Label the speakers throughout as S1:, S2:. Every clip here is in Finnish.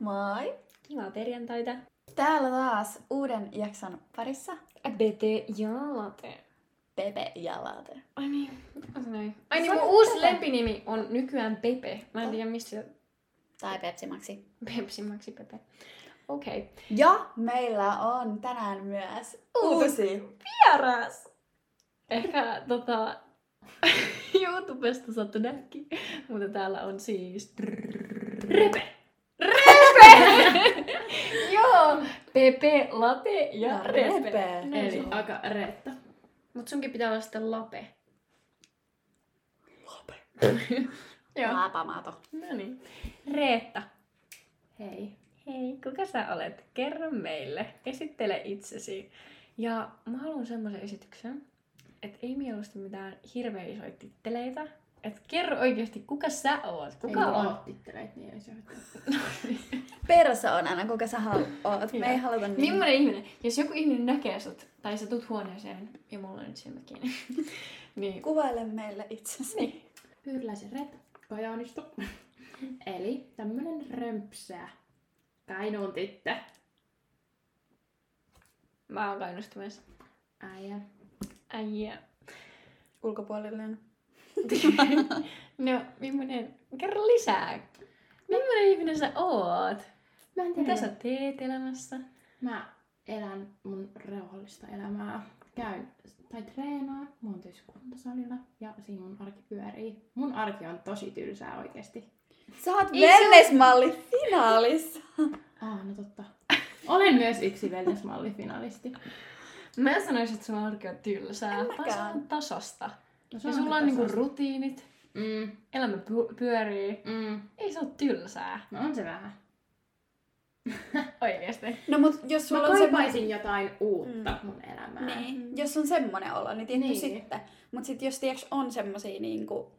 S1: Moi!
S2: Kivaa perjantaita.
S1: Täällä taas uuden jakson parissa
S2: Äh, Bete ja late.
S1: Pepe ja Laate.
S2: Ai niin, onko näin? Ai niin,
S1: Sano
S2: mun uusi
S1: Pepe.
S2: lempinimi on nykyään Pepe. Mä en tiedä mistä se
S1: Tai Pepsi Maxi.
S2: Pepsimaksi Pepe. Okei. Okay.
S1: Ja meillä on tänään myös uusi.
S2: Vieras! Ehkä tota... YouTubesta saatte näkki. Mutta täällä on siis... Repe! Repe! Joo! Pepe, late ja,
S1: Ja
S2: repe.
S1: Repe.
S2: Eli
S1: Joo.
S2: aika retta. Mut sunkin pitää olla sitten lape.
S1: Laapamato.
S2: No niin. Reetta. Hei. Hei, kuka sä olet? Kerro meille. Esittele itsesi. Ja mä haluan semmoisen esityksen, että ei mieluusti mitään hirveän isoja titteleitä. Että kerro oikeasti, kuka sä oot? No niin. Kuka
S3: ei
S2: on?
S3: ole titteleit, niin ei se haittaa.
S1: Persoonana, kuka sä haluat. Me ei
S2: Joo.
S1: haluta niin.
S2: Millainen ihminen? Jos joku ihminen näkee sut, tai sä tulet huoneeseen, ja mulla on nyt silmät kiinni, niin...
S1: Kuvaile meille itsesi.
S2: Niin.
S3: Pyyläisen ret, Kajaanista. Eli tämmönen römpsää. Kainuun tyttö.
S2: Mä oon kainustumassa.
S3: Äijä.
S2: Ai yeah.
S1: Ulkopuolellinen.
S2: No, millainen... Kerro lisää. Millainen ihminen sä oot?
S3: Mä en tiedä.
S2: Mitä sä teet elämässä?
S3: Mä elän mun rauhallista elämää. Käyn tai treenaan, mä oon töissä kuntosalilla ja siinä mun arki pyörii. Mun arki on tosi tylsää oikeesti.
S1: Sä oot
S2: Ei se-
S1: wellnessmalli finaalissa.
S3: Aa, no totta. Olen myös yksi No wellness-mallifinalisti.
S2: Mä en sanois, että sun arki on tylsää, vaan se
S1: mäkään.
S2: on tasasta.
S3: No,
S2: Ja sulla on niinku rutiinit,
S3: mm,
S2: elämä py- pyörii.
S3: mm.
S2: Ei se oo tylsää.
S3: No on se vähän.
S2: Oikeesti.
S1: No mut jos
S3: Mä
S1: sulla on semmoinen...
S3: kaipaisin jotain uutta mun elämään.
S1: Niin. Jos on semmoinen olo, niin tietty niin.
S3: Niin.
S1: sitten. Mutta sitten jos tiiäks, on semmoisia niinku...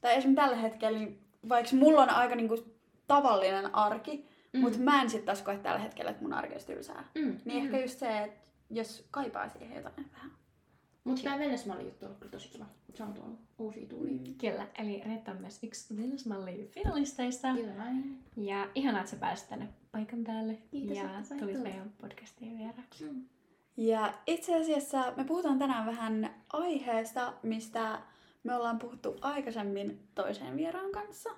S1: Tai esimerkiksi tällä hetkellä, niin vaikka mulla on aika niinku tavallinen arki, mm. mutta mä en sitten taas koe tällä hetkellä, että mun arki olisi tylsää.
S3: Mm.
S1: Niin mm. ehkä just se, että jos kaipaa siihen jotain vähän.
S3: Mutta tämä wellness-malli juttu on kyllä tosi kiva. Se on tuonut uusia
S1: Mm.
S3: tuulia.
S2: Kyllä, eli Reetta on myös yksi Wellness-malli finalisteista.
S3: Kyllä näin.
S2: Ja ihanaa, että sä pääsit tänne paikan päälle.
S3: Kiitos,
S2: ja
S3: että sain
S2: tulit
S3: tulla.
S2: meidän podcastiin vieraksi.
S3: Mm.
S1: Ja itse asiassa me puhutaan tänään vähän aiheesta, mistä me ollaan puhuttu aikaisemmin toisen vieraan kanssa.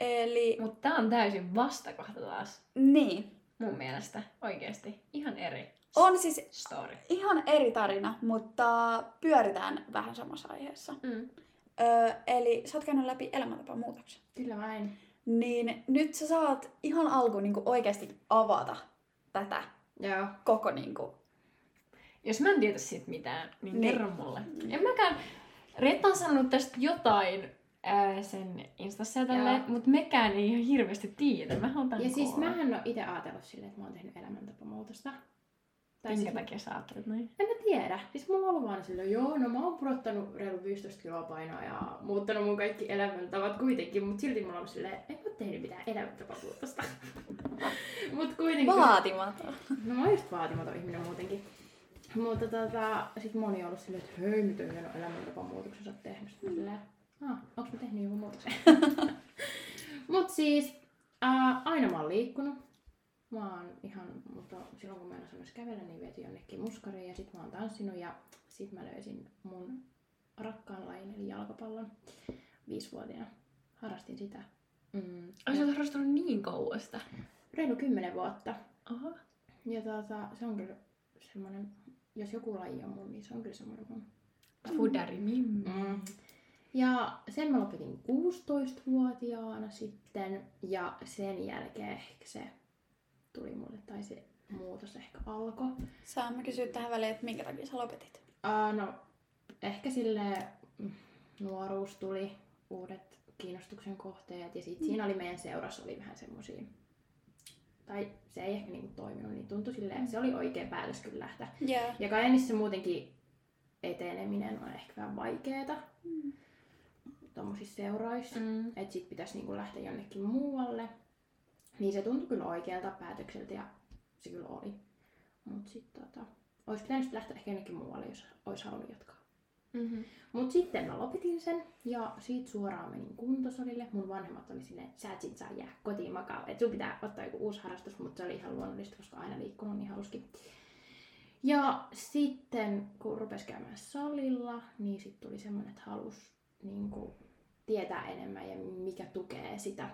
S1: Eli
S2: Mutta tää on täysin vastakohta taas.
S1: niin,
S2: Mun mielestä. Oikeesti. Ihan eri
S1: on siis
S2: story.
S1: ihan eri tarina, mutta pyöritään vähän samassa aiheessa.
S2: Mm.
S1: Öö, eli sä oot käynyt läpi elämäntapamuutoksen.
S3: Kyllä vain.
S1: Niin nyt sä saat ihan alkuun niin oikeasti avata tätä
S3: Joo.
S1: koko niin kuin,
S2: Jos mä en tiedä siitä mitään, niin,
S1: Niin.
S2: niin. kerro mulle. En mäkään... Reetta on sanonut tästä jotain ää, sen instassa ja tälleen,
S3: Joo.
S2: mutta mekään ei ihan hirveästi tiedä. Mä haluan tämän
S3: Ja siis
S2: kuulla.
S3: mä en ole itse ajatellut silleen, että mä oon tehnyt elämäntapamuutosta. Tai
S2: Minkä
S3: siis,
S2: takia sä ajattelet noin?
S3: en mä tiedä. Siis mulla on ollut vaan silleen, joo, no mä oon pudottanut reilu 15 kiloa painoa ja muuttanut mun kaikki elämäntavat kuitenkin, mutta silti mulla on silleen, en mä oo tehnyt mitään elämäntapamuutosta. mut kuitenkin.
S1: vaatimaton.
S3: No mä oon just vaatimaton ihminen muutenkin. Mutta tota, sit moni on ollut silleen, että hei, miten hienon elämäntapamuutoksen sä oot tehnyt. Sitten mä silleen, ah, onks mä tehnyt joku muutoksen? Mut siis, ää, aina mä oon liikkunut. Mä oon ihan, mutta silloin kun mä en osannut edes kävellä, niin viety jonnekin muskariin ja sit mä oon tanssinut ja sit mä löysin mun rakkaan lajin eli jalkapallon viisivuotiaana. Harrastin sitä. Mm,
S2: Ai sä oot harrastanut niin kauan sitä.
S3: reilu kymmenen vuotta.
S2: Aha.
S3: Ja tota, se on kyllä semmoinen, jos joku laji on mun, niin se on kyllä semmoinen mun.
S2: Fudari mimmi.
S3: Mm. Ja sen mä lopetin 16-vuotiaana sitten ja sen jälkeen ehkä se tuli mulle, tai se muutos ehkä alkoi.
S1: Saan mä kysyä tähän väliin, että minkä takia sä lopetit?
S3: Uh, no, ehkä sille nuoruus tuli, uudet kiinnostuksen kohteet ja sit siinä oli meidän seurassa oli vähän semmosia tai se ei ehkä niinku toiminut, niin tuntui silleen, se oli oikea päätös kyllä lähteä
S1: Yeah.
S3: Ja Kajanissa muutenkin eteneminen on ehkä vähän vaikeeta
S1: Mm.
S3: tuommoisissa seuroissa. Mm.
S2: Mm.
S3: Että sit pitäisi niinku lähteä jonnekin muualle. Niin se tuntui kyllä oikealta päätökseltä ja se kyllä oli. Mut sit tota, ois pitänyt lähteä ehkä jonnekin muualle, jos ois halunnut jatkaa.
S2: Mm-hmm.
S3: Mut sitten mä lopetin sen ja siitä suoraan menin kuntosalille. Mun vanhemmat oli silleen, että sä et sit saa jää kotiin makaa. Et sun pitää ottaa joku uusi harrastus, mutta se oli ihan luonnollista, koska aina liikkunut niin haluski. Ja sitten kun rupes käymään salilla, niin sitten tuli semmoinen, että halus niin tietää enemmän ja mikä tukee sitä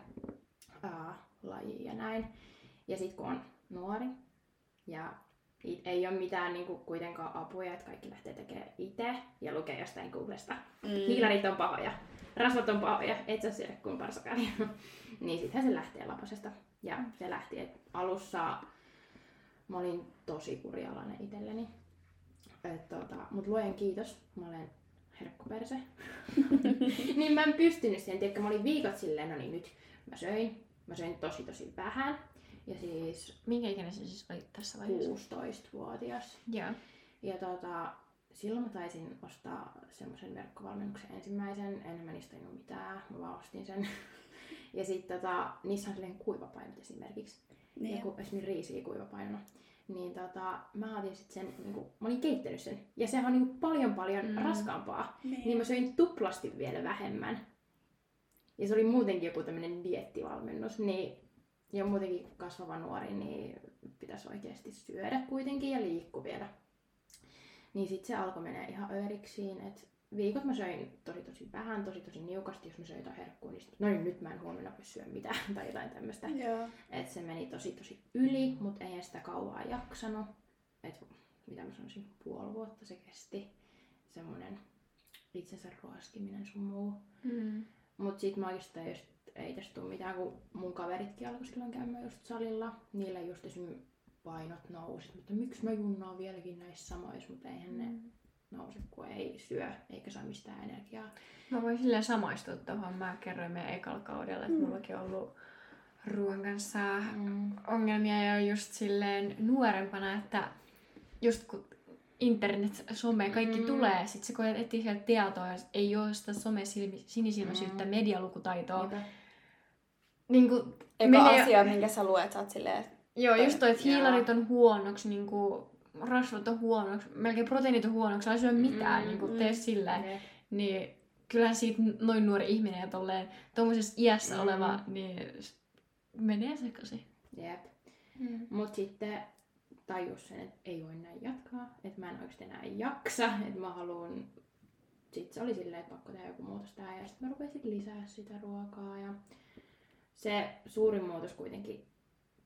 S3: ää, lajia ja näin. Ja sitten kun on nuori ja i- ei ole mitään niin kuin, kuitenkaan apuja, että kaikki lähtee tekemään itse ja lukee jostain Googlesta.
S1: Mm.
S3: Hiilarit on pahoja, rasvat on pahoja, et sä syö kuin parsakalia. niin sittenhän se lähtee lapasesta. Ja se lähti, että alussa mä olin tosi kurjalainen itselleni. Et, tota, mut luojan kiitos, mä olen herkkuperse. niin mä en pystynyt siihen, tiedätkö, mä olin viikot silleen, no niin nyt mä söin. Mä söin tosi tosi vähän. Ja siis
S2: Minkä ikäinen se siis oli tässä vaiheessa?
S3: 16-vuotias
S2: Joo.
S3: ja tota, silloin mä taisin ostaa semmoisen verkkovalmennuksen ensimmäisen. En mä niistä tajunnut mitään, mä vaan ostin sen. ja sitten tota, niissä on silleen kuivapainot esimerkiksi.
S1: Niin.
S3: Ja kun esimerkiksi riisiä kuivapainona. Niin tota, mä otin sit sen, niinku, mä olin keittänyt sen. Ja sehän on niinku paljon paljon
S2: Mm.
S3: mm. raskaampaa.
S1: Niin.
S3: Niin mä söin tuplasti vielä vähemmän. Ja se oli muutenkin joku tämmönen diettivalmennus, niin ja muutenkin kun kasvava nuori, niin pitäisi oikeasti syödä kuitenkin ja liikkua vielä. Niin sitten se alkoi menee ihan ööriksiin, että viikot mä söin tosi tosi vähän, tosi tosi niukasti, jos mä söin jotain herkkua, niin sit, no niin nyt mä en huomenna voi syödä mitään tai jotain tämmöistä.
S1: Joo.
S3: Että se meni tosi tosi yli, mutta eihän sitä kauaa jaksanut. Et, mitä mä sanoisin, puoli vuotta se kesti. Semmoinen itsensä ruoskiminen sun muu.
S2: Mm.
S3: Mut sit mä oikeastaan just, ei tästä tuu mitään, kun mun kaveritkin alkoi silloin käymään just salilla. Niillä just esim. painot nousi, mutta miksi mä junnaan vieläkin näissä samoissa, mutta eihän
S2: Mm.
S3: ne nouse, kun ei syö eikä saa mistään energiaa.
S2: Mä voin silleen samaistua tuohon. Mä kerroin meidän ekalla kaudella, että
S1: Mm.
S2: mullakin on ollut ruoan kanssa
S3: Mm.
S2: ongelmia ja just silleen nuorempana, että just kun internet, some ja kaikki
S3: Mm.
S2: mm. tulee, sit sä koet etsiä sieltä tietoa, ja ei ole sitä some-sinisilmäisyyttä,
S3: Mm.
S2: mm. medialukutaitoa.
S3: Niinpä.
S2: Niin kuin,
S1: Eka
S2: menee-
S1: asia, minkä sä luet, sä oot silleen, että
S2: Joo, just toi, että
S3: Joo.
S2: hiilarit on huonoksi, niin kuin, rasvat on huonoksi, melkein proteiinit on huonoksi, älä syö mitään,
S3: Mm,
S2: mm, niin kuin,
S1: mm.
S2: tee sillä. Mm.
S3: Ne.
S2: Niin kyllähän siitä noin nuori ihminen ja tolleen, tuommoisessa iässä
S3: Mm.
S2: mm. oleva, niin s- menee sekaisin.
S3: Jep.
S2: Mm.
S3: Mut sitten tajus sen, että ei voi näin jatkaa, että mä en oikeasti enää jaksa, että mä haluan... Sitten se oli silleen, että pakko tehdä joku muutos tähän ja sitten mä rupesin lisää sitä ruokaa ja se suurin muutos kuitenkin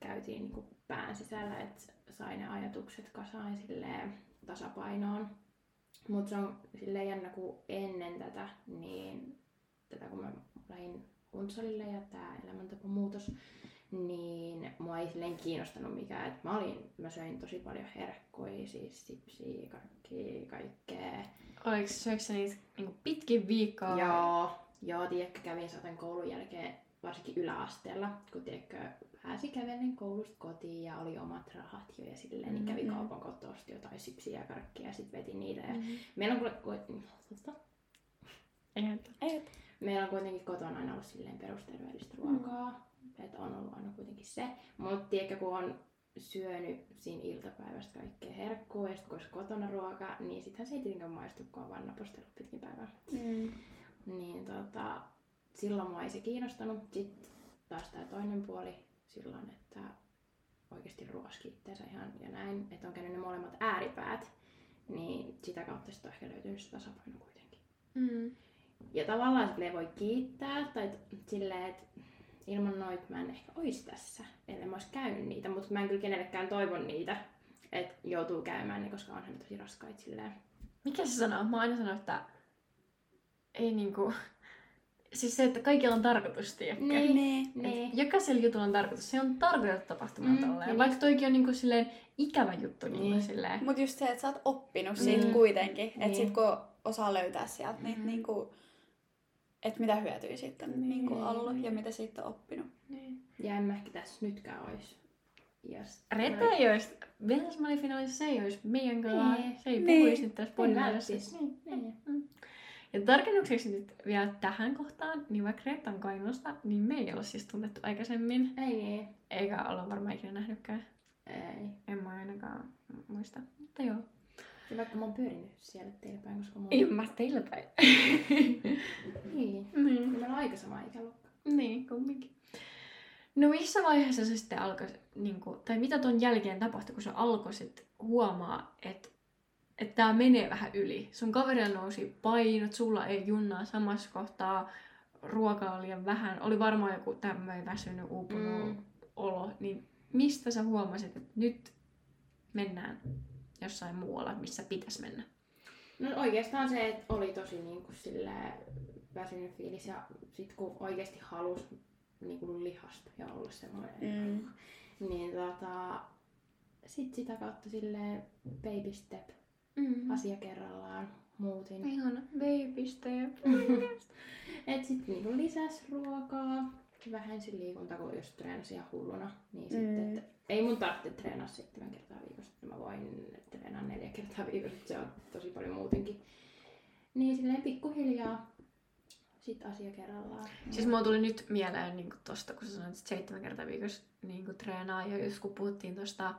S3: käytiin niin kuin pään sisällä, että sai ne ajatukset kasaan silleen tasapainoon. Mutta se on silleen jännä, kun ennen tätä, niin tätä kun mä lähdin kunsalille ja tämä elämäntapamuutos, niin mua ei silleen kiinnostanut mikään. Et mä, olin, mä söin tosi paljon herkkuja, siis sipsiä, kaikkea, kaikkea.
S2: Oliko syöksä sä niitä niin kuin pitkin viikkoa?
S3: Joo, joo, tiedätkö, kävin saatan koulun jälkeen, varsinkin yläasteella, kun tiedätkö, pääsi kävellen koulusta kotiin ja oli omat rahat jo ja silleen, niin kävi
S1: Mhm.
S3: kaupan kotoa, osti jotain sipsiä ja karkkia ja sitten veti niitä. Ja
S2: Mm.
S3: meillä on, kuule- ku-
S2: Eihän
S1: et.
S3: meillä on kuitenkin kotona aina ollut silleen perusterveellistä ruokaa, mm. että on ollut aina kuitenkin se. Mutta tiedätkö, kun on syönyt siinä iltapäivästä kaikkea herkkua ja sitten kun olisi kotona ruokaa, niin sittenhän se ei tietenkään maistu, kun on vaan napostellut pitkin päivää.
S1: Mm.
S3: Niin tota, silloin mua ei se kiinnostanut. Sitten taas tämä toinen puoli silloin, että oikeasti ruoski itseänsä ihan ja näin, että on käynyt ne molemmat ääripäät, niin sitä kautta sitten on ehkä löytynyt se tasapaino kuitenkin.
S2: Mm.
S3: Ja tavallaan sille voi kiittää, tai t- silleen, että ilman noit mä en ehkä ois tässä, ellei mä ois käynyt niitä, mutta mä en kyllä kenellekään toivon niitä, että joutuu käymään ne, koska onhan ne tosi raskaita silleen.
S2: Mikä se sanoo? Mä aina sanon, että ei niinku... Siis se, että kaikilla on tarkoitus, tiedätkö?
S3: Niin.
S1: Niin.
S2: Et Jokaisella jutulla on tarkoitus. Se on tarkoitettu tapahtumaan
S3: Mm,
S2: mm,
S3: ja
S2: tolleen. Vaikka toikin on niinku silleen ikävä juttu. Niin.
S3: Niin.
S2: Niinku silleen.
S1: Mut just se, että sä oot oppinut siitä
S3: Mm.
S1: kuitenkin. Että
S3: Niin.
S1: sit kun osaa löytää sieltä niitä
S2: Mm.
S1: niinku, että mitä hyötyä siitä on niinku
S3: Niin.
S1: ollut ja mitä siitä on oppinut.
S2: Niin.
S3: Ja en mä ehkä tässä nytkään ois. Yes.
S2: Retta ei olisi, Venäsmallifinaalissa se ei olisi meidän kanssa.
S3: Niin.
S2: Se ei
S1: Niin.
S2: puhuisi nyt tässä
S3: välttis.
S2: podinaalissa.
S3: Niin.
S2: Ja tarkennukseksi nyt vielä tähän kohtaan, niin vaikka Retta on Kainuusta, niin me ei olla siis tunnettu aikaisemmin.
S3: Ei niin.
S2: Eikä olla varmaan ikinä nähnytkään.
S3: Ei.
S2: En mä ainakaan muista. Mutta joo.
S3: Ja vaikka mä oon pyörinyt siellä teillä päin, koska mä oon...
S2: Ei mä teillä päin.
S3: Niin.
S2: niin.
S3: Niin meillä on aika sama ikäluokka.
S2: Niin, kumminkin. No missä vaiheessa se sitten alkoi, niin kuin, tai mitä ton jälkeen tapahtui, kun sä alkoi sit huomaa, että että tää menee vähän yli. Sun kaverilla nousi painot, sulla ei junnaa samassa kohtaa, ruokaa oli liian vähän, oli varmaan joku tämmöinen väsynyt, uupunut
S3: Mm.
S2: olo, niin mistä sä huomasit, että nyt mennään jossain muualla, missä pitäisi mennä?
S3: No oikeastaan se, että oli tosi niin kuin sillä väsynyt fiilis ja sit kun oikeasti halusi niin kuin lihasta ja olla semmoinen.
S1: Mm.
S3: Niin tota, sit sitä kautta silleen baby step
S2: Mm.
S3: asia kerrallaan muutin.
S2: Ihana baby step.
S3: Et sit niinku lisäs ruokaa, vähensi liikuntaa, kun jos treenasi ihan hulluna. Niin mm. sitten, että ei mun tarvitse treenaa seitsemän kertaa viikossa, että mä voin treenaa neljä kertaa viikossa, että se on tosi paljon muutenkin. Niin silleen pikkuhiljaa sit asia kerrallaan.
S2: Siis mulla tuli nyt mieleen niin tosta, kun sä sanoit, että seitsemän kertaa viikossa niin treenaa. Ja just kun puhuttiin tosta,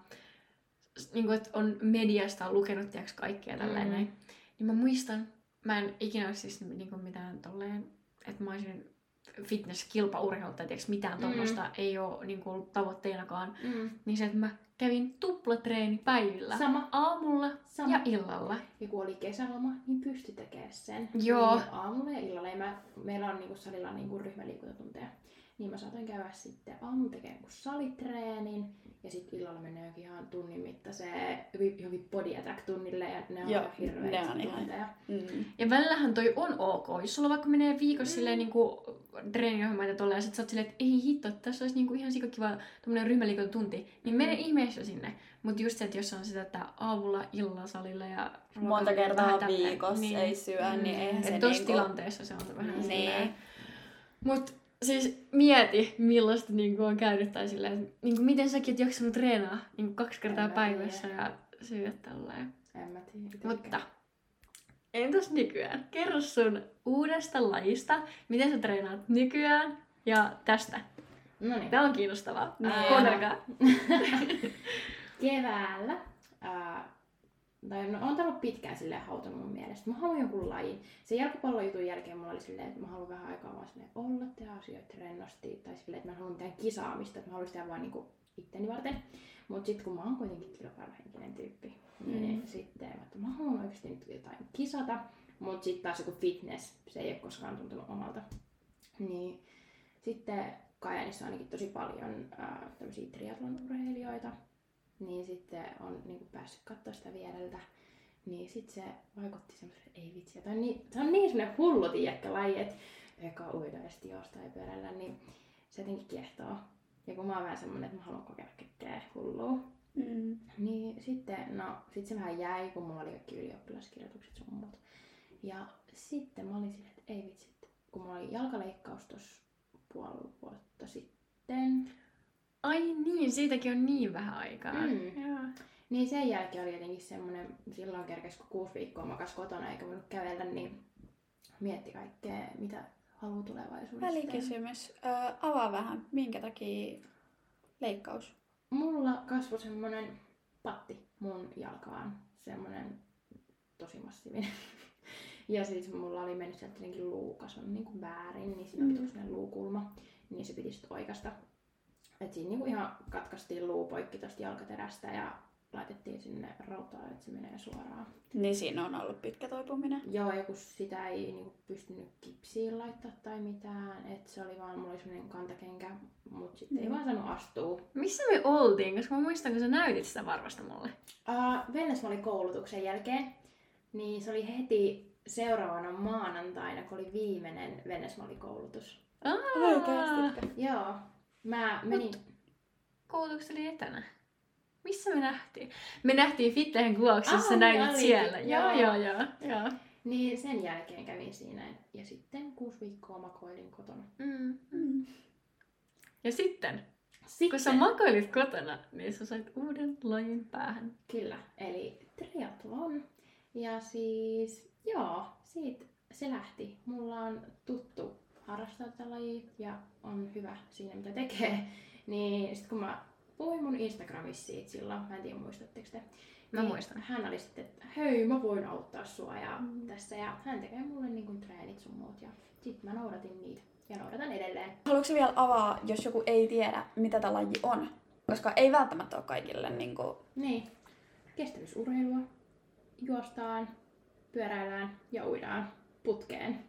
S2: niin kuin, että on mediasta lukenut tiiäks, kaikkea tälleen
S3: Mm.
S2: mm. näin. Niin mä muistan, mä en ikinä ole siis niin kuin mitään tolleen, että mä olisin fitness-kilpaurheilta tai tiiäks, mitään
S3: Mm.
S2: tuommoista mm. ei ole niin kuin, ollut tavoitteenakaan.
S3: mm.
S2: Niin se, että mä kävin tuplatreeni päivillä.
S3: Sama,
S2: aamulla
S3: sama.
S2: ja illalla.
S3: Ja kun oli kesäloma, niin pysty tekemään sen.
S2: Joo.
S3: Niin aamulla ja illalla. Ja mä, meillä on niinku salilla niinku ryhmäliikuntatunteja. Niin mä saatoin käydä sitten aamulla tekemään kun salitreenin. Ja sitten illalla mennään johonkin ihan tunnin mittaiseen, jokin- johonkin body attack tunnille. Ja ne on
S1: Joo,
S3: ihan hirveitä
S1: ne on ihan-
S3: tunteja.
S1: Mm.
S2: Ja välillähän toi on ok. Jos sulla vaikka menee viikossa mm. silleen niinku treeniohjelmaa ja tolleen, ja sit sä oot silleen, että ei hitto, tässä olisi niinku ihan sikakiva tommonen ryhmäliikon tunti, niin
S1: Mm.
S2: mene ihmeessä sinne. Mut just se, että jos on sitä, että aamulla, illalla, salilla ja ruokaa-
S1: Monta kertaa
S2: vähän tälleen,
S1: viikossa niin. ei syö,
S3: Mm.
S1: mm. niin eihän se
S2: Että tossa
S1: niinku-
S2: tilanteessa se on vähän
S1: Niin.
S2: silleen. Mut siis mieti, millaista niinku on käynyt tai silleen, niinku miten säkin oot jaksanut treenaa niinku kaksi kertaa
S3: En mä tiedä.
S2: päivässä ja syödä tälleen.
S3: En mä tiedä. itsekään.
S2: Mutta entäs nykyään? Kerro sun uudesta lajista, miten sä treenaat nykyään ja tästä.
S3: No niin.
S2: Tämä on kiinnostavaa.
S1: Niin.
S2: Kuunnelkaa.
S3: keväällä, ää, tai no on ollut pitkään silleen hautonut mun mielestä. Mä haluan jonkun lajin. Sen jalkapallojutun jälkeen mulla oli silleen, että mä haluan vähän aikaa vaan silleen olla, tehdä asioita rennosti. Tai silleen, että mä haluan mitään kisaamista, että mä haluan sitä vaan niinku itteni varten. Mut sit kun mä oon kuitenkin kilpailuhenkinen tyyppi, niin
S1: Mm.
S3: sitten mä, että mä haluan oikeesti nyt jotain kisata. Mut sit taas joku fitness, se ei ole koskaan tuntunut omalta. Niin sitten Kajanissa on ainakin tosi paljon äh, tämmöisiä triathlon-urheilijoita, niin sitten on niinku päässyt katsoa sitä viereltä. Niin sitten se vaikutti semmoiselle, ei vitsi, tämä on niin, tämä on niin semmoinen hullu tiekkä laji, että eka uida ja sitten jostain pyörällä, niin se jotenkin kiehtoo. Ja kun mä oon vähän semmoinen, että mä haluan kokeilla kaikkea hullua,
S1: Mm.
S3: niin sitten, no, sit se vähän jäi, kun mulla oli kaikki ylioppilaskirjoitukset sun muut. Ja sitten mä olin silleen, että ei vitsi, että kun mulla oli jalkaleikkaus tossa puoli vuotta sitten,
S2: Ai niin, siitäkin on niin vähän aikaa.
S3: Mm.
S2: Joo.
S3: niin sen jälkeen oli jotenkin semmoinen, silloin kerkes kun kuusi viikkoa makas kotona eikä voinut kävellä, niin mietti kaikkea, mitä haluaa tulevaisuudesta.
S1: Välikysymys. Ö, avaa vähän, minkä takia leikkaus?
S3: Mulla kasvoi semmonen patti mun jalkaan, semmonen tosi massiivinen. Ja siis mulla oli mennyt sieltä jotenkin luu kasvanut niin väärin, niin siinä oli
S1: Mm.
S3: tullut semmonen luukulma, niin se piti sitten oikasta. Et siinä niinku ihan katkaistiin luu poikki tosta jalkaterästä ja laitettiin sinne rautaan, että se menee suoraan.
S1: Niin siinä on ollut pitkä toipuminen.
S3: Joo, ja kun sitä ei niinku pystynyt kipsiin laittaa tai mitään, että se oli vaan, mulla oli semmonen kantakenkä, mut sitten ei
S1: Mm.
S3: vaan saanut astua.
S2: Missä me oltiin? Koska mä muistan, kun sä näytit sitä varvasta mulle.
S3: Uh, Vennes oli koulutuksen jälkeen, niin se oli heti seuraavana maanantaina, kun oli viimeinen Vennesmalli-koulutus.
S2: Aa,
S1: Oikeasti.
S3: Joo, mä menin...
S2: Koulutukset oli etänä. Missä me nähtiin? Me nähtiin Fitteen kuvauksessa, sä
S3: Aa,
S2: näytit
S3: niin
S2: siellä.
S3: olikin.
S2: Joo, joo,
S3: Joo.
S2: joo. joo.
S3: Niin sen jälkeen kävin siinä ja sitten kuusi viikkoa makoilin kotona.
S2: Mm.
S1: Mm.
S2: Ja sitten,
S3: Sitten,
S2: kun sä makoilit kotona, niin sä sait uuden lajin päähän.
S3: Kyllä, eli triathlon. Ja siis, joo, siitä se lähti. Mulla on tuttu harrastaa tätä lajia ja on hyvä siinä, mitä tekee. Niin sit kun mä puhuin mun Instagramissa siitä silloin, mä en tiedä muistatteko te,
S2: Mä
S3: Niin,
S2: muistan.
S3: Hän oli sitten, että hei mä voin auttaa sua ja
S2: Mm.
S3: mm. tässä ja hän tekee mulle niin kuin treenit sun muut ja sit mä noudatin niitä ja noudatan edelleen.
S1: Haluatko vielä avaa, jos joku ei tiedä, mitä tämä laji on? Koska ei välttämättä ole kaikille niin kuin...
S3: Niin, kestävyysurheilua, juostaan, pyöräillään ja uidaan putkeen.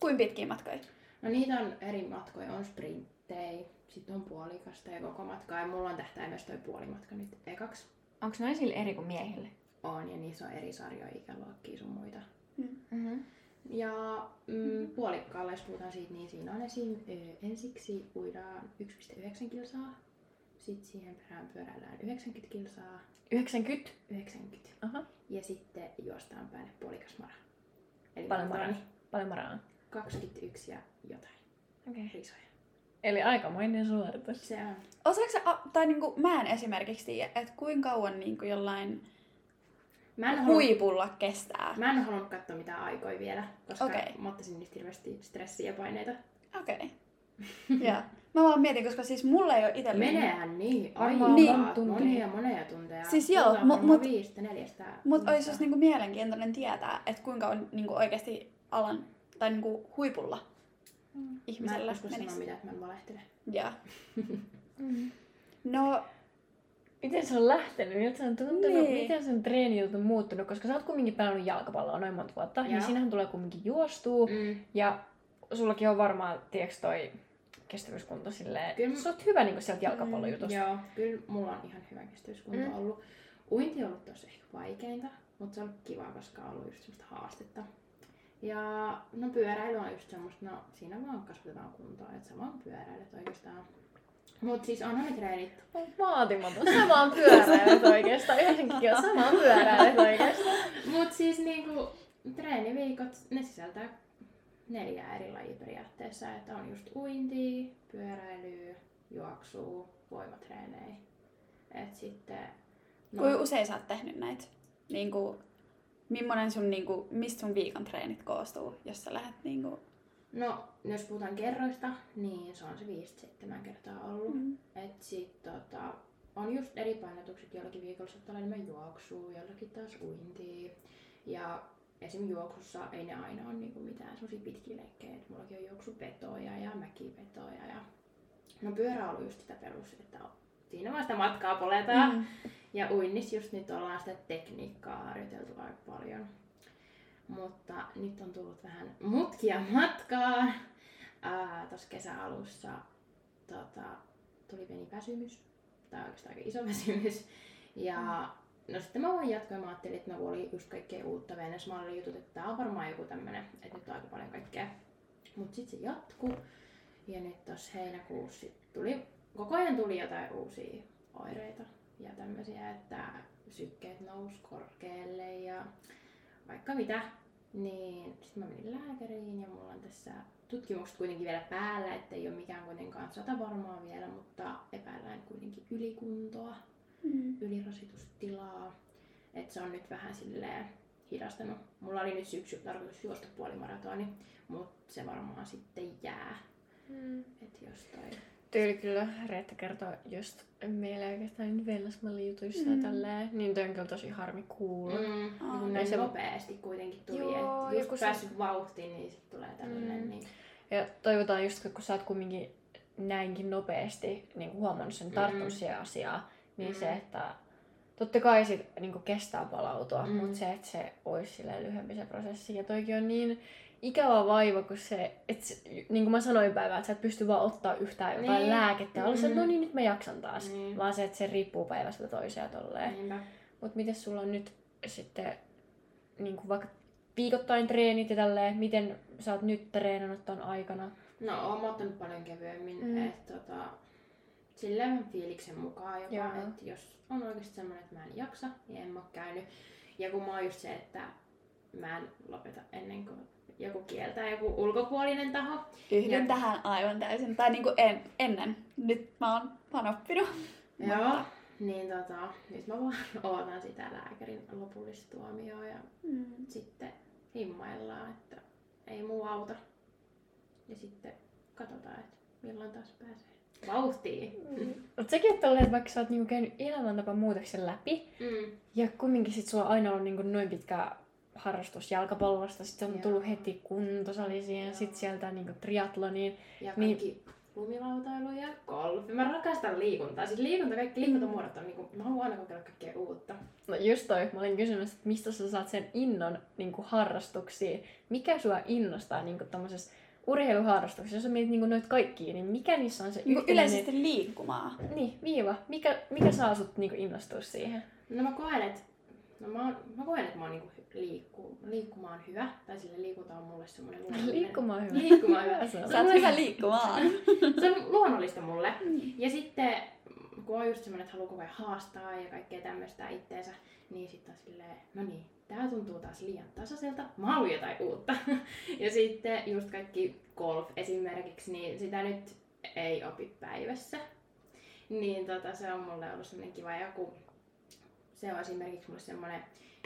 S1: Kuin pitkiä matkoja?
S3: No niitä on eri matkoja, on sprinttejä, sitten on puolikasta ja koko matkaa ja mulla on tähtäimessä toi puolimatka nyt ekaksi.
S2: Onko naisille eri kuin miehille?
S3: On ja niissä on eri sarjoja, ikäluokkia sun muita.
S2: Mm-hmm.
S3: Ja mm, puolikkaalle, jos puhutaan siitä, niin siinä on esim. ö, ensiksi uidaan 1,9 kilsaa, sitten siihen perään pyöräillään 90 kilsaa,
S2: 90.
S3: 90
S2: Aha.
S3: ja sitten juostaan päälle puolikas mara. Eli
S2: Paljon maraa.
S3: maratoni,
S2: Paljon maraa.
S3: 21 ja jotain
S2: Okei. Okay.
S3: risoja.
S2: Eli aikamoinen suoritus.
S3: Se on.
S1: Osaatko sä, a- tai niin kuin, mä en esimerkiksi tiedä, että kuinka kauan niin kuin jollain
S3: Mä en halua
S1: huipulla kestää.
S3: Mä en ole halunnut katsoa mitään aikoja vielä, koska
S1: Okei.
S3: okay. mä ottaisin nyt hirveästi stressiä ja paineita.
S1: Okei. Okay. Joo. Mä vaan mietin, koska siis mulla ei ole itselleni...
S3: Meneehän niin,
S2: Varmaan
S3: aivan
S2: niin.
S3: niin.
S2: tunteja.
S3: monia monia tunteja.
S1: Siis joo,
S3: Puhutaan
S1: mu-
S3: varmaan
S1: mut-
S3: viidestä, neljästä.
S1: Mutta olisi siis niinku mielenkiintoinen tietää, että kuinka on niinku oikeasti alan tai niinku huipulla
S2: Mm.
S3: Mä en
S1: ihmisellä
S3: usko sanoa
S1: menisi.
S3: mitään, että mä en valehtele.
S1: Joo.
S2: Mm.
S1: No,
S2: Miten se on lähtenyt? Miltä se on tuntunut?
S1: Niin.
S2: Niin. Miten sen treenijuttu on muuttunut? Koska sä oot kumminkin pelannut jalkapalloa noin monta vuotta, niin
S3: Joo.
S2: sinähän tulee kumminkin juostuu. Mm.
S3: Mm.
S2: Ja sullakin on varmaan, tiedätkö toi kestävyyskunto silleen,
S3: Kyllä mä-
S2: sä oot hyvä niinku sieltä jalkapallojutusta.
S3: Joo, kyllä mulla on ihan hyvä kestävyyskunto
S2: Mm.
S3: mm. ollut. Uinti on ollut tosi ehkä vaikeinta, mutta se on ollut kiva, koska on ollut just semmoista haastetta. Ja no pyöräily on just semmoista, no siinä vaan kasvatetaan kuntoa, että sä vaan pyöräilet oikeastaan. Mut siis onhan ne treenit
S2: On vaatimaton. Sä vaan pyöräilet oikeastaan. Yhdenkin on sä vaan pyöräilet oikeastaan.
S3: Mut siis niinku treeniviikot, ne sisältää neljä eri lajia periaatteessa, että on just uintia, pyöräilyä, juoksua, voimatreenejä. Et sitten, no,
S1: kuinka usein sä oot tehnyt näitä? Niinku, millainen sun, niinku, mistä sun viikon treenit koostuu, jos sä lähdet niinku...
S3: no, jos puhutaan kerroista, niin se on se 5-7 kertaa ollut.
S1: Mm.
S3: Et sit tota, on just eri painotukset, jollakin viikolla saattaa olla enemmän juoksua, jollakin taas uintia. Ja esim. juoksussa ei ne aina ole niinku mitään semmosia pitkiä lenkkejä, et mullakin on juoksupetoja ja mäkipetoja ja no pyörä on ollut just sitä perus, että siinä vaan sitä matkaa poletaan.
S1: Mm.
S3: Ja uinnissa just nyt ollaan sitä tekniikkaa harjoiteltu aika paljon. Mutta nyt on tullut vähän mutkia matkaa. Tuossa kesäalussa tota, tuli pieni väsymys, tai oikeastaan aika iso väsymys. Ja no sitten mä voin jatkaa ja mä ajattelin, että no oli just kaikkea uutta Venäsmalli-jutut, että tää on varmaan joku tämmönen, että nyt on aika paljon kaikkea. Mut sit se jatkuu. Ja nyt tos heinäkuussa sit tuli, koko ajan tuli jotain uusia oireita ja tämmöisiä, että sykkeet nousi korkealle ja vaikka mitä. Niin sitten mä menin lääkäriin ja mulla on tässä tutkimukset kuitenkin vielä päällä, että ei ole mikään kuitenkaan sata varmaa vielä, mutta epäillään kuitenkin ylikuntoa,
S1: Mm.
S3: ylirasitustilaa. Että se on nyt vähän silleen hidastanut. Mulla oli nyt syksy tarkoitus juosta puolimaratoni, mutta se varmaan sitten jää.
S2: Mm.
S3: Että jos toi...
S2: Tyyli kyllä Reetta kertoo just meillä oikeastaan nyt vellasmalli jutuissa
S1: Mm.
S2: mm. tälleen, niin toi on kyllä tosi harmi kuulla. Mm.
S1: Aa.
S3: Mm, niin
S2: Ei se-
S3: se nopeasti kuitenkin tuli,
S2: Joo,
S3: että
S2: ja kun
S3: just
S2: se-
S3: päässyt vauhtiin, niin sitten tulee tämmöinen.
S2: Mm.
S3: Niin...
S2: Ja toivotaan just, kun sä oot kumminkin näinkin nopeasti niin huomannut sen tarttunut
S3: Mm.
S2: mm. siihen asiaan, niin mm.
S3: Mm.
S2: se, että totta kai sit niin kestää palautua, mm.
S3: Mm.
S2: mutta se, että se olisi silleen lyhyempi se prosessi. Ja toikin on niin ikävä vaiva, kun se, et, se- niin kuin mä sanoin päivää, että sä et pysty vaan ottaa yhtään jotain
S3: Niin.
S2: lääkettä. Mm. Olla se, että no
S3: Mm.
S2: niin, nyt mä jaksan taas.
S3: Mm.
S2: Vaan se, että se riippuu päivästä toiseen ja tolleen.
S3: Niinpä.
S2: Mutta miten sulla on nyt sitten niin kuin vaikka viikoittain treenit ja tälleen, miten sä oot nyt treenannut ton aikana?
S3: No, oon mä ottanut paljon kevyemmin,
S2: Mm.
S3: mm. että tota, silleen vähän fiiliksen mukaan jopa,
S2: Joo.
S3: että jos on oikeasti semmoinen, että mä en jaksa, niin en mä oo käynyt. Ja kun mä oon just se, että mä en lopeta ennen kuin joku kieltää, joku ulkopuolinen taho.
S1: Yhdyn
S3: Ja-
S1: tähän aivan täysin. Tai niinku en, ennen. Nyt mä oon panoppinut.
S3: Joo. Niin tota, nyt mä vaan ootan sitä lääkärin lopullista tuomioa ja
S1: Mm.
S3: sitten himmaillaan, että ei muu auta. Ja sitten katsotaan, että milloin taas pääsee. Vauhtia.
S2: Mm. Mutta sekin on tolleen, että vaikka sä oot niinku käynyt elämäntapa muutoksen läpi,
S3: Mm.
S2: ja kumminkin sit sulla on aina ollut niinku noin pitkä harrastus jalkapallosta, sitten on
S3: Joo.
S2: tullut heti kuntosalisiin ja sit sieltä niinku triatloniin.
S3: Ja
S2: Niin.
S3: kaikki niin. lumilautailu ja golfi. Mä rakastan liikuntaa. Siis liikunta, kaikki liikuntamuodot on niinku, mä haluan aina kokeilla kaikkea uutta.
S2: No just toi, mä olin kysymässä, että mistä sä saat sen innon niin harrastuksiin. Mikä sua innostaa niin tommosessa urheiluharrastuksessa, jos sä mietit niin noita kaikkia, niin mikä niissä on se
S1: Niin
S2: yhtenäinen-
S1: yleisesti liikkumaan.
S2: Niin, viiva. Mikä, mikä saa sut niin innostua siihen?
S3: No mä koen, että no mä, oon- mä koen, että mä oon niinku liikku, liikkumaan hyvä. Tai sille liikunta on mulle semmoinen luonnollinen.
S2: Liikkumaan on hyvä.
S3: Liikkumaan hyvä. siis-
S2: se on.
S1: Sä oot hyvä liikkumaan. Mm.
S3: Se on luonnollista mulle. Ja sitten kun on just semmoinen, että haluaa koko ajan haastaa ja kaikkea tämmöistä itteensä, niin sitten on silleen, no niin, tää tuntuu taas liian tasaiselta, mä haluan jotain uutta. Ja sitten just kaikki golf esimerkiksi, niin sitä nyt ei opi päivässä. Niin tota, se on mulle ollut semmoinen kiva joku, se on esimerkiksi mulle semmoinen,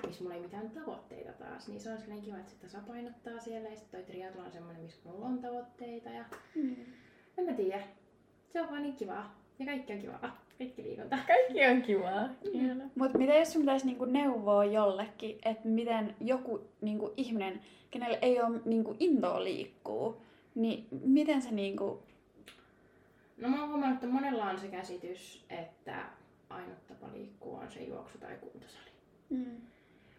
S3: missä mulla ei mitään tavoitteita taas, niin se on sellainen kiva, että sitä saa painottaa siellä ja sitten toi triathlon on semmoinen, missä mulla on tavoitteita ja en mä tiedä. Se on vaan niin kivaa. Ja kaikki on kivaa. Kaikki liikunta.
S2: Kaikki on kivaa. Ihana.
S1: Mutta mitä jos sun pitäisi niinku neuvoa jollekin, että miten joku niinku ihminen, kenellä ei ole niinku intoa liikkuu, niin miten se niinku...
S3: No mä oon huomannut, että monella on se käsitys, että ainut tapa liikkua on se juoksu tai kuntosali.
S1: Mm.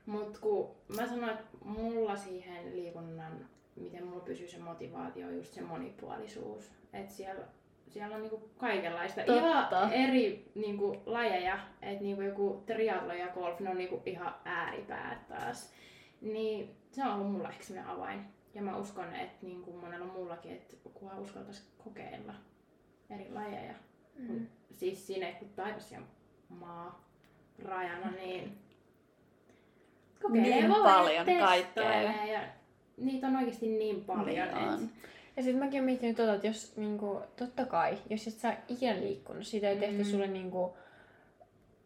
S3: Mut kun mä sanoin, että mulla siihen liikunnan, miten mulla pysyy se motivaatio, on just se monipuolisuus. Että siellä, siellä on niinku kaikenlaista.
S2: Totta.
S3: Ihan eri niinku lajeja. Että niinku joku triatlo ja golf, ne on niinku ihan ääripäät taas. Niin se on ollut mulla ehkä sellainen avain. Ja mä uskon, että niinku monella muullakin, että kunhan uskaltaisi kokeilla eri lajeja. Mm. Siis siinä, kun taivas ja maa rajana, niin kokeilee
S1: Niin
S3: vaan
S1: paljon
S3: ja testailee
S1: kaikkea.
S3: Ja niitä on oikeasti niin paljon.
S1: Niin on.
S3: et-
S2: Ja sitten mäkin olen miettinyt tota, että jos niinku, totta kai, jos et sä ole ikinä liikkunut, siitä ei tehty
S3: Mm.
S2: sulle niinku,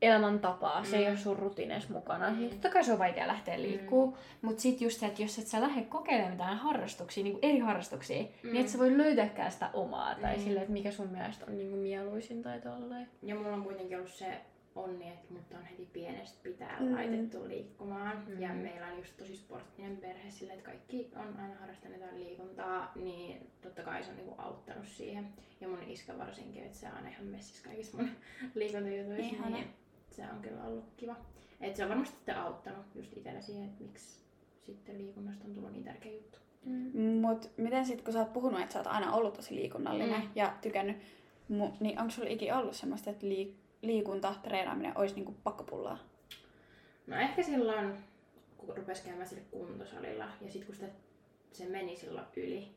S2: elämäntapaa, se ei
S3: Mm.
S2: ole sun rutiines mukana,
S3: Mm.
S2: niin totta kai se on vaikea lähteä liikkuun. Mutta sitten just se, että jos et sä lähde kokeilemaan mitään harrastuksia, niinku eri harrastuksia,
S3: Mm.
S2: niin et sä voi löytääkään sitä omaa tai
S3: Mm.
S2: silleen, että mikä sun mielestä on niinku mieluisin tai tolleen.
S3: Ja mulla on kuitenkin ollut se onni, että mut on heti pienestä pitää
S1: Mm.
S3: mm. laitettu liikkumaan. Mm. Ja
S2: Mm.
S3: meillä on just tosi sporttinen perhe sillä, että kaikki on aina harrastanut jotain liikuntaa, niin totta kai se on niinku auttanut siihen. Ja mun iskä varsinkin, että se on ihan messissä kaikissa mun liikuntajutuissa,
S1: Ihana.
S3: niin se on kyllä ollut kiva. Et se on varmasti sitten auttanut just itsellä siihen, että miksi sitten liikunnasta on tullut niin tärkeä juttu.
S2: Mm.
S1: Mut miten sit, kun sä oot puhunut, että sä oot aina ollut tosi liikunnallinen
S3: Mm.
S1: ja tykännyt, mu- niin onko sulla ikinä ollut semmoista, että liik- liikunta, treenaaminen olisi niinku pakkopullaa?
S3: No ehkä silloin, kun rupesi käymään sillä kuntosalilla ja sitten kun sitä, se meni silloin yli,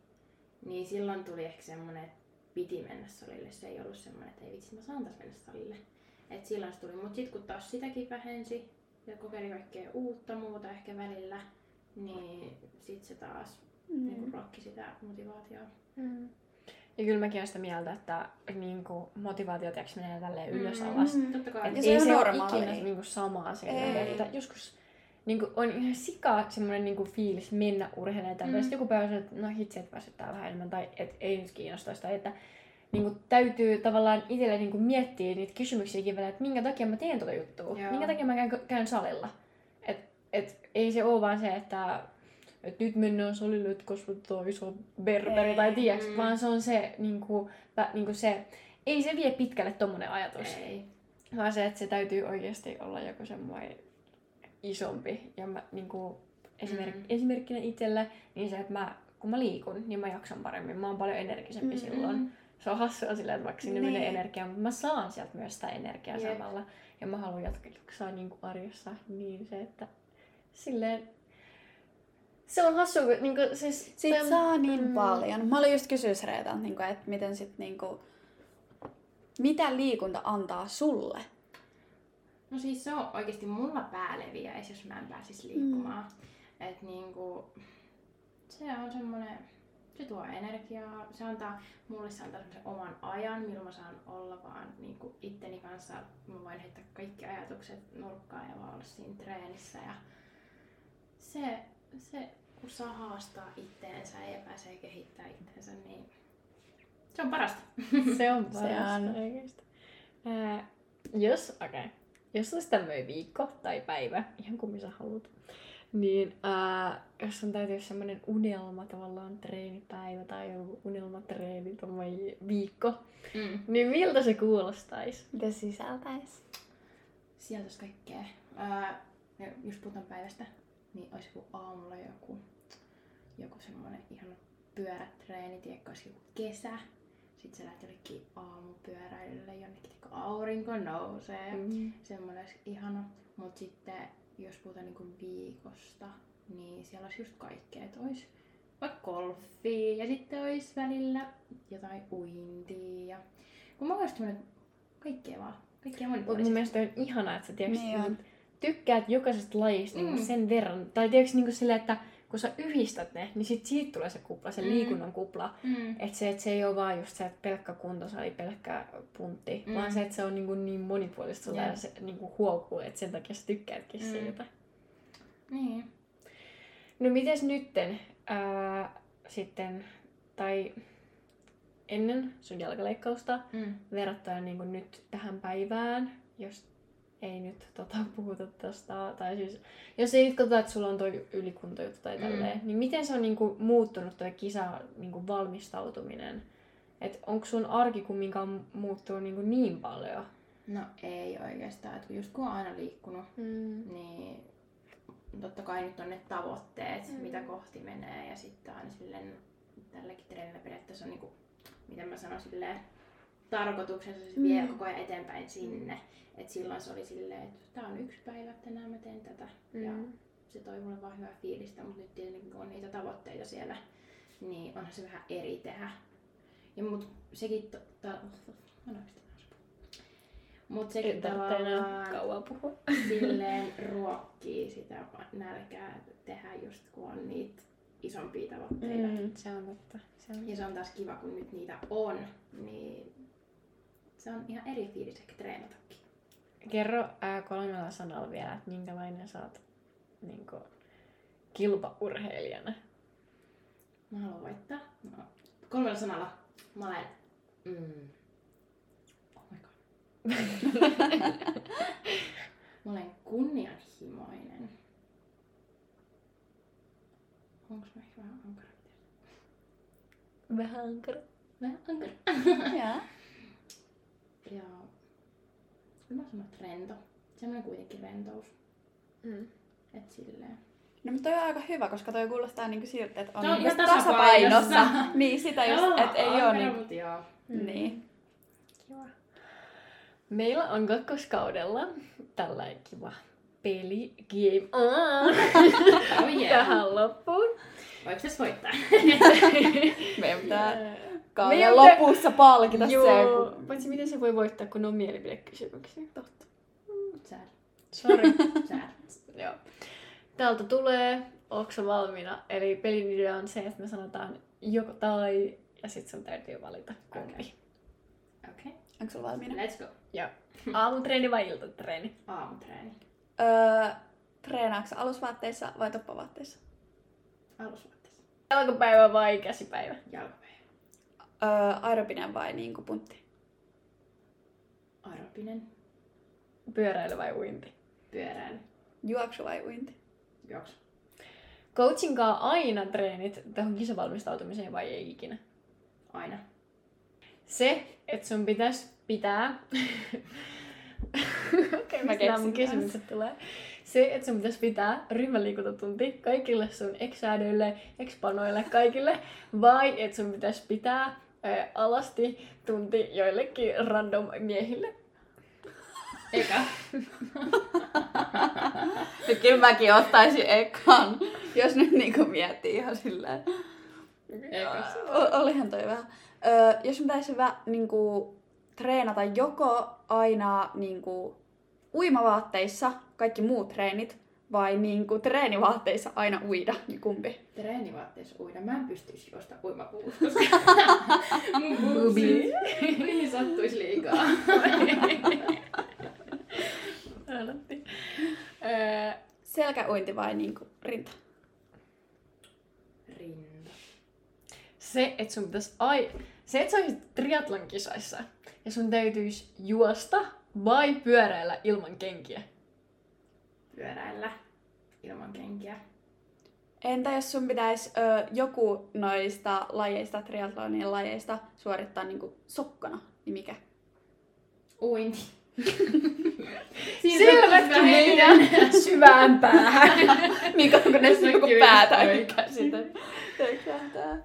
S3: niin silloin tuli ehkä semmoinen, että piti mennä salille. Se ei ollut semmoinen, että ei vitsi, mä saan taas mennä salille. Et silloin se tuli, mutta sitten kun taas sitäkin vähensi ja kokeili kaikkea uutta muuta ehkä välillä, niin sitten se taas mm.
S1: Niinku.
S3: niin ruokki sitä motivaatiota.
S2: Mm. Ja kyllä mäkin olen sitä mieltä, että niinku, motivaatio tiiäks, menee tälleen ylös
S3: Mm.
S2: alas.
S3: Totta kai.
S2: Et
S1: Ja
S2: ja
S1: se
S2: se ei
S1: on
S2: se ole
S1: normaalia.
S2: ikinä niinku samaa silleen,
S1: Ei.
S2: että joskus niinku, on ihan sika semmoinen niinku, fiilis mennä urheilemaan tällä. Mm.
S3: Mm.
S2: Sitten joku päivä sanoo, että no hitsi, että väsyttää vähän enemmän tai et, ei nyt kiinnostaisi. Tai että niinku, täytyy tavallaan itselle niinku, miettiä niitä kysymyksiäkin vielä, että minkä takia mä teen tota juttua.
S3: Joo.
S2: Minkä takia mä käyn, käyn salilla. Et, et, ei se ole vaan se, että et nyt mennään salille, että kasvatetaan iso berberi
S1: Ei.
S2: tai tiiäks,
S3: Mm.
S2: vaan se on se, niinku, pä, niinku se, ei se vie pitkälle tommonen ajatus.
S3: Ei.
S2: Vaan se, että se täytyy oikeasti olla joku semmoinen isompi. Ja mä niinku, esimerk-
S3: Mm.
S2: esimerkkinä itsellä, niin se, että mä, kun mä liikun, niin mä jaksan paremmin. Mä oon paljon energisempi
S1: Mm.
S2: silloin. Se on hassua sillä, että vaikka sinne
S1: Niin.
S2: menee energiaa, mutta mä saan sieltä myös sitä energiaa
S3: Jep.
S2: samalla. Ja mä haluan jatkaa jaksaa niinku arjessa. Niin se, että silleen... Se on hassua, kun niinku, siis...
S1: Siitä
S2: toi on-
S1: saa niin
S2: Mm.
S1: paljon. Mä olin just kysyys Reetalta, niin kuin, että miten sit niinku, mitä liikunta antaa sulle?
S3: No siis se on oikeasti mulla pääleviäis, jos mä en pääsis liikkumaan. Mm. Et niinku, se on semmoinen, se tuo energiaa, se antaa, mulle se antaa semmoisen oman ajan, milloin mä saan olla vaan niinku itteni kanssa. Mä voin heittää kaikki ajatukset nurkkaan ja vaan olla siinä treenissä. Ja se, se kun saa haastaa itteensä ja pääsee kehittämään itteensä, niin Se on parasta.
S2: Se on
S1: Se on.
S2: parasta oikeesti. Ää, jos, okei. Okay. Jos sulla olisi tämmöinen viikko tai päivä, ihan kummin sä haluat, niin ää, jos sun täytyy olla semmoinen unelma tavallaan treenipäivä tai joku unelmatreeni tommoinen viikko,
S3: Mm.
S2: niin miltä se kuulostaisi?
S1: Mitä sisältäis?
S3: Sieltä olisi kaikkea. Ää, ja jos puhutaan päivästä, niin olisi joku aamulla joku, joku semmoinen ihan pyörätreeni, tiedätkö, olisi joku kesä. Sitten sä lähdet jollekin aamupyöräilylle jonnekin, tiedätkö, aurinko nousee. Mm.
S2: Mm.
S3: Semmoinen olisi ihana. Mutta sitten jos puhutaan niinku viikosta, niin siellä olisi just kaikkea. Että olisi vaikka golfia ja sitten olisi välillä jotain uintia. Ja... Kun mä olisin tämmöinen kaikkea vaan. Kaikkea
S2: Mut mun
S3: monipuolista.
S2: mielestä on ihanaa, että sä tiiäks,
S1: Niin on.
S2: niinku tykkäät jokaisesta lajista niinku
S3: Mm.
S2: sen verran. Tai tiiäks, niinku silleen, että kun sä yhdistät ne, niin sit siitä tulee se kupla, se
S3: Mm.
S2: liikunnan kupla.
S3: Mm.
S2: Että se, et se ei ole vaan just se, että pelkkä kuntosali, pelkkä puntti,
S3: Mm.
S2: mm. vaan se, että se on niinku niin monipuolista sulla
S3: Jep.
S2: ja se niinku huokuu, että sen takia sä tykkäätkin
S3: Mm.
S2: mm. siitä.
S3: Niin.
S2: No mites nytten ää, sitten, tai ennen sun jalkaleikkausta,
S3: Mm.
S2: verrattuna niin kuin nyt tähän päivään, jos ei nyt tota, puhuta tästä, tai siis jos ei nyt katsota, että sulla on toi ylikuntojuttu tai
S3: Mm.
S2: tälleen, niin miten se on niin kuin, muuttunut toi kisa niin kuin, valmistautuminen? Et onko sun arki kumminkaan muuttunut niin, kuin, niin paljon?
S3: No ei oikeastaan, että just kun on aina liikkunut,
S2: Mm.
S3: niin totta kai nyt on ne tavoitteet, mm.
S2: Mm.
S3: mitä kohti menee ja sitten aina silleen tälläkin treenillä periaatteessa on niinku, miten mä sanon silleen, tarkoituksensa se vie
S1: Mm.
S3: koko ajan eteenpäin sinne. Et silloin se oli silleen, että tää on yksi päivä, tänään mä teen tätä. Mm. Ja
S2: Mm.
S3: se toi mulle vaan hyvää fiilistä, mutta nyt tietenkin kun on niitä tavoitteita siellä, niin onhan se vähän eri tehdä. Ja mut sekin, to, ta, mä Mut sekin
S2: Ei tarvitse enää
S3: tavallaan
S2: kauan puhua.
S3: silleen ruokkii sitä va- nälkää tehdä just kun on niitä isompia tavoitteita. Mm.
S1: Mm.
S2: Se on totta. Se on...
S3: Ja se on taas kiva, kun nyt niitä on, niin se on ihan eri fiilis ehkä treenatakin.
S2: Kerro ää, kolmella sanalla vielä, että minkälainen sä oot niin kuin, kilpaurheilijana.
S3: Mä haluan voittaa. Mä... Kolmella sanalla. Mä olen... Mm. Oh my god. Mä olen kunnianhimoinen. Onks mä ehkä vähän ankara?
S2: Vähän ankara.
S3: Vähän ankara.
S1: Joo.
S3: Ja... Mä sanon, että rento. Semmoinen kuitenkin rentous.
S2: Mm.
S3: Et silleen.
S1: No mutta toi on aika hyvä, koska toi kuulostaa niinku siltä, että on,
S3: Se on
S1: niinku
S3: ihan tasapainossa.
S1: niin, sitä just, että ei oo niinku...
S3: Mutta joo.
S1: Mm. Niin.
S2: Kiva. Meillä on kakkoskaudella tällainen kiva peli Game On
S3: Oh yeah.
S2: tähän loppuun.
S3: Voiko tässä voittaa?
S1: Meidän pitää
S2: Meidän
S1: kauden
S2: pitää-
S1: lopussa palkita se,
S2: Joo,
S1: kun...
S2: paitsi miten se voi voittaa, kun on mielipidekysymyksiä. Totta.
S3: Sääd.
S2: Sorry.
S3: Sääd.
S2: Joo. Täältä tulee, onko se valmiina? Eli pelin idea on se, että me sanotaan joko tai, ja sit sun täytyy valita kumpi.
S3: Okei.
S1: Onko sulla valmiina?
S3: Let's go.
S2: Okay. Aamutreeni vai iltatreeni?
S3: Aamutreeni.
S1: Öö, treenaatko alusvaatteissa vai toppavaatteissa?
S3: Alusvaatteessa.
S2: Jalkapäivä vai käsipäivä?
S3: Jalkapäivä.
S1: Öö, aerobinen vai niinku puntti?
S3: Aerobinen.
S2: Pyöräily vai uinti?
S3: Pyöräily.
S1: Juoksu vai uinti?
S3: Juoksu.
S2: Coachinkaa aina treenit tähän kisavalmistautumiseen vai ei ikinä?
S3: Aina.
S2: Se, että sun pitäisi pitää... Okei,
S1: Mä
S2: mistä nämä mun
S1: keksin
S2: kysymykset tulee? Se, että sun pitäisi pitää ryhmäliikuntatunti kaikille sun eksäädöille, ekspanoille, kaikille, vai että sun pitäisi pitää ää, alasti tunti joillekin random miehille.
S3: Eka.
S1: Nyt No kyllä mäkin ottaisin ekan, jos nyt niinku miettii ihan silleen.
S3: Eikös?
S1: O- olihan toi vähän. Öö, jos mä pitäisi vä, niinku, treenata joko aina niinku, uimavaatteissa kaikki muut treenit, vai niinku, treenivaatteissa aina uida, niin kumpi?
S3: Treenivaatteessa uida. Mä en pystyisi juosta uimapuvusta, koska mun
S2: Bubi.
S3: boobsit niihin sattuisi liikaa.
S2: Älätti. Ää,
S1: Selkäuinti vai niinku, rinta?
S3: Rinta.
S2: Se, että sun pitäisi ai... Se, että sä olisit triatlon kisoissa ja sun täytyisi juosta vai pyöräillä ilman kenkiä.
S3: pyöräillä ilman kenkiä.
S1: Entä jos sun pitäisi ö, joku noista lajeista, triathlonin lajeista, suorittaa niinku sokkona, niin mikä?
S3: Uinti. Siis
S2: Selvästi meidän syvään päähän.
S1: Mikä onko ne
S3: Se on
S1: joku
S3: kyllä
S1: päätä?
S3: oikein.
S1: Mikä sitten? töksähtää?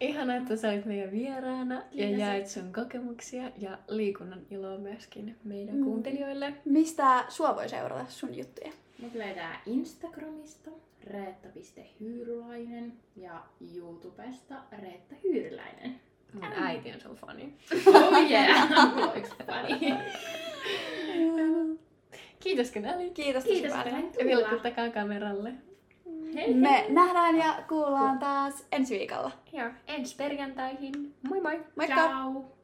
S2: Ihana, että sä olit meidän vieraana ja
S3: Kiitos.
S2: jaet sun kokemuksia ja liikunnan iloa myöskin meidän
S1: Mm.
S2: kuuntelijoille.
S1: Mistä sua voi seurata sun juttuja?
S3: Mut löytää Instagramista reetta.hyyrulainen ja YouTubesta Reetta Hyyryläinen.
S2: Mun äiti on sun fani.
S3: Oh yeah! Mulla on yksi fani.
S2: Kiitos kun olit.
S1: Kiitos tosi
S3: Kiitos, että
S1: paljon.
S3: sain
S2: Ja vielä
S3: tulla.
S2: takaa kameralle.
S3: Hei hei!
S1: Me nähdään ja kuullaan taas ensi viikolla.
S2: Joo, ensi perjantaihin. Moi moi!
S1: Moikka!
S3: Ciao!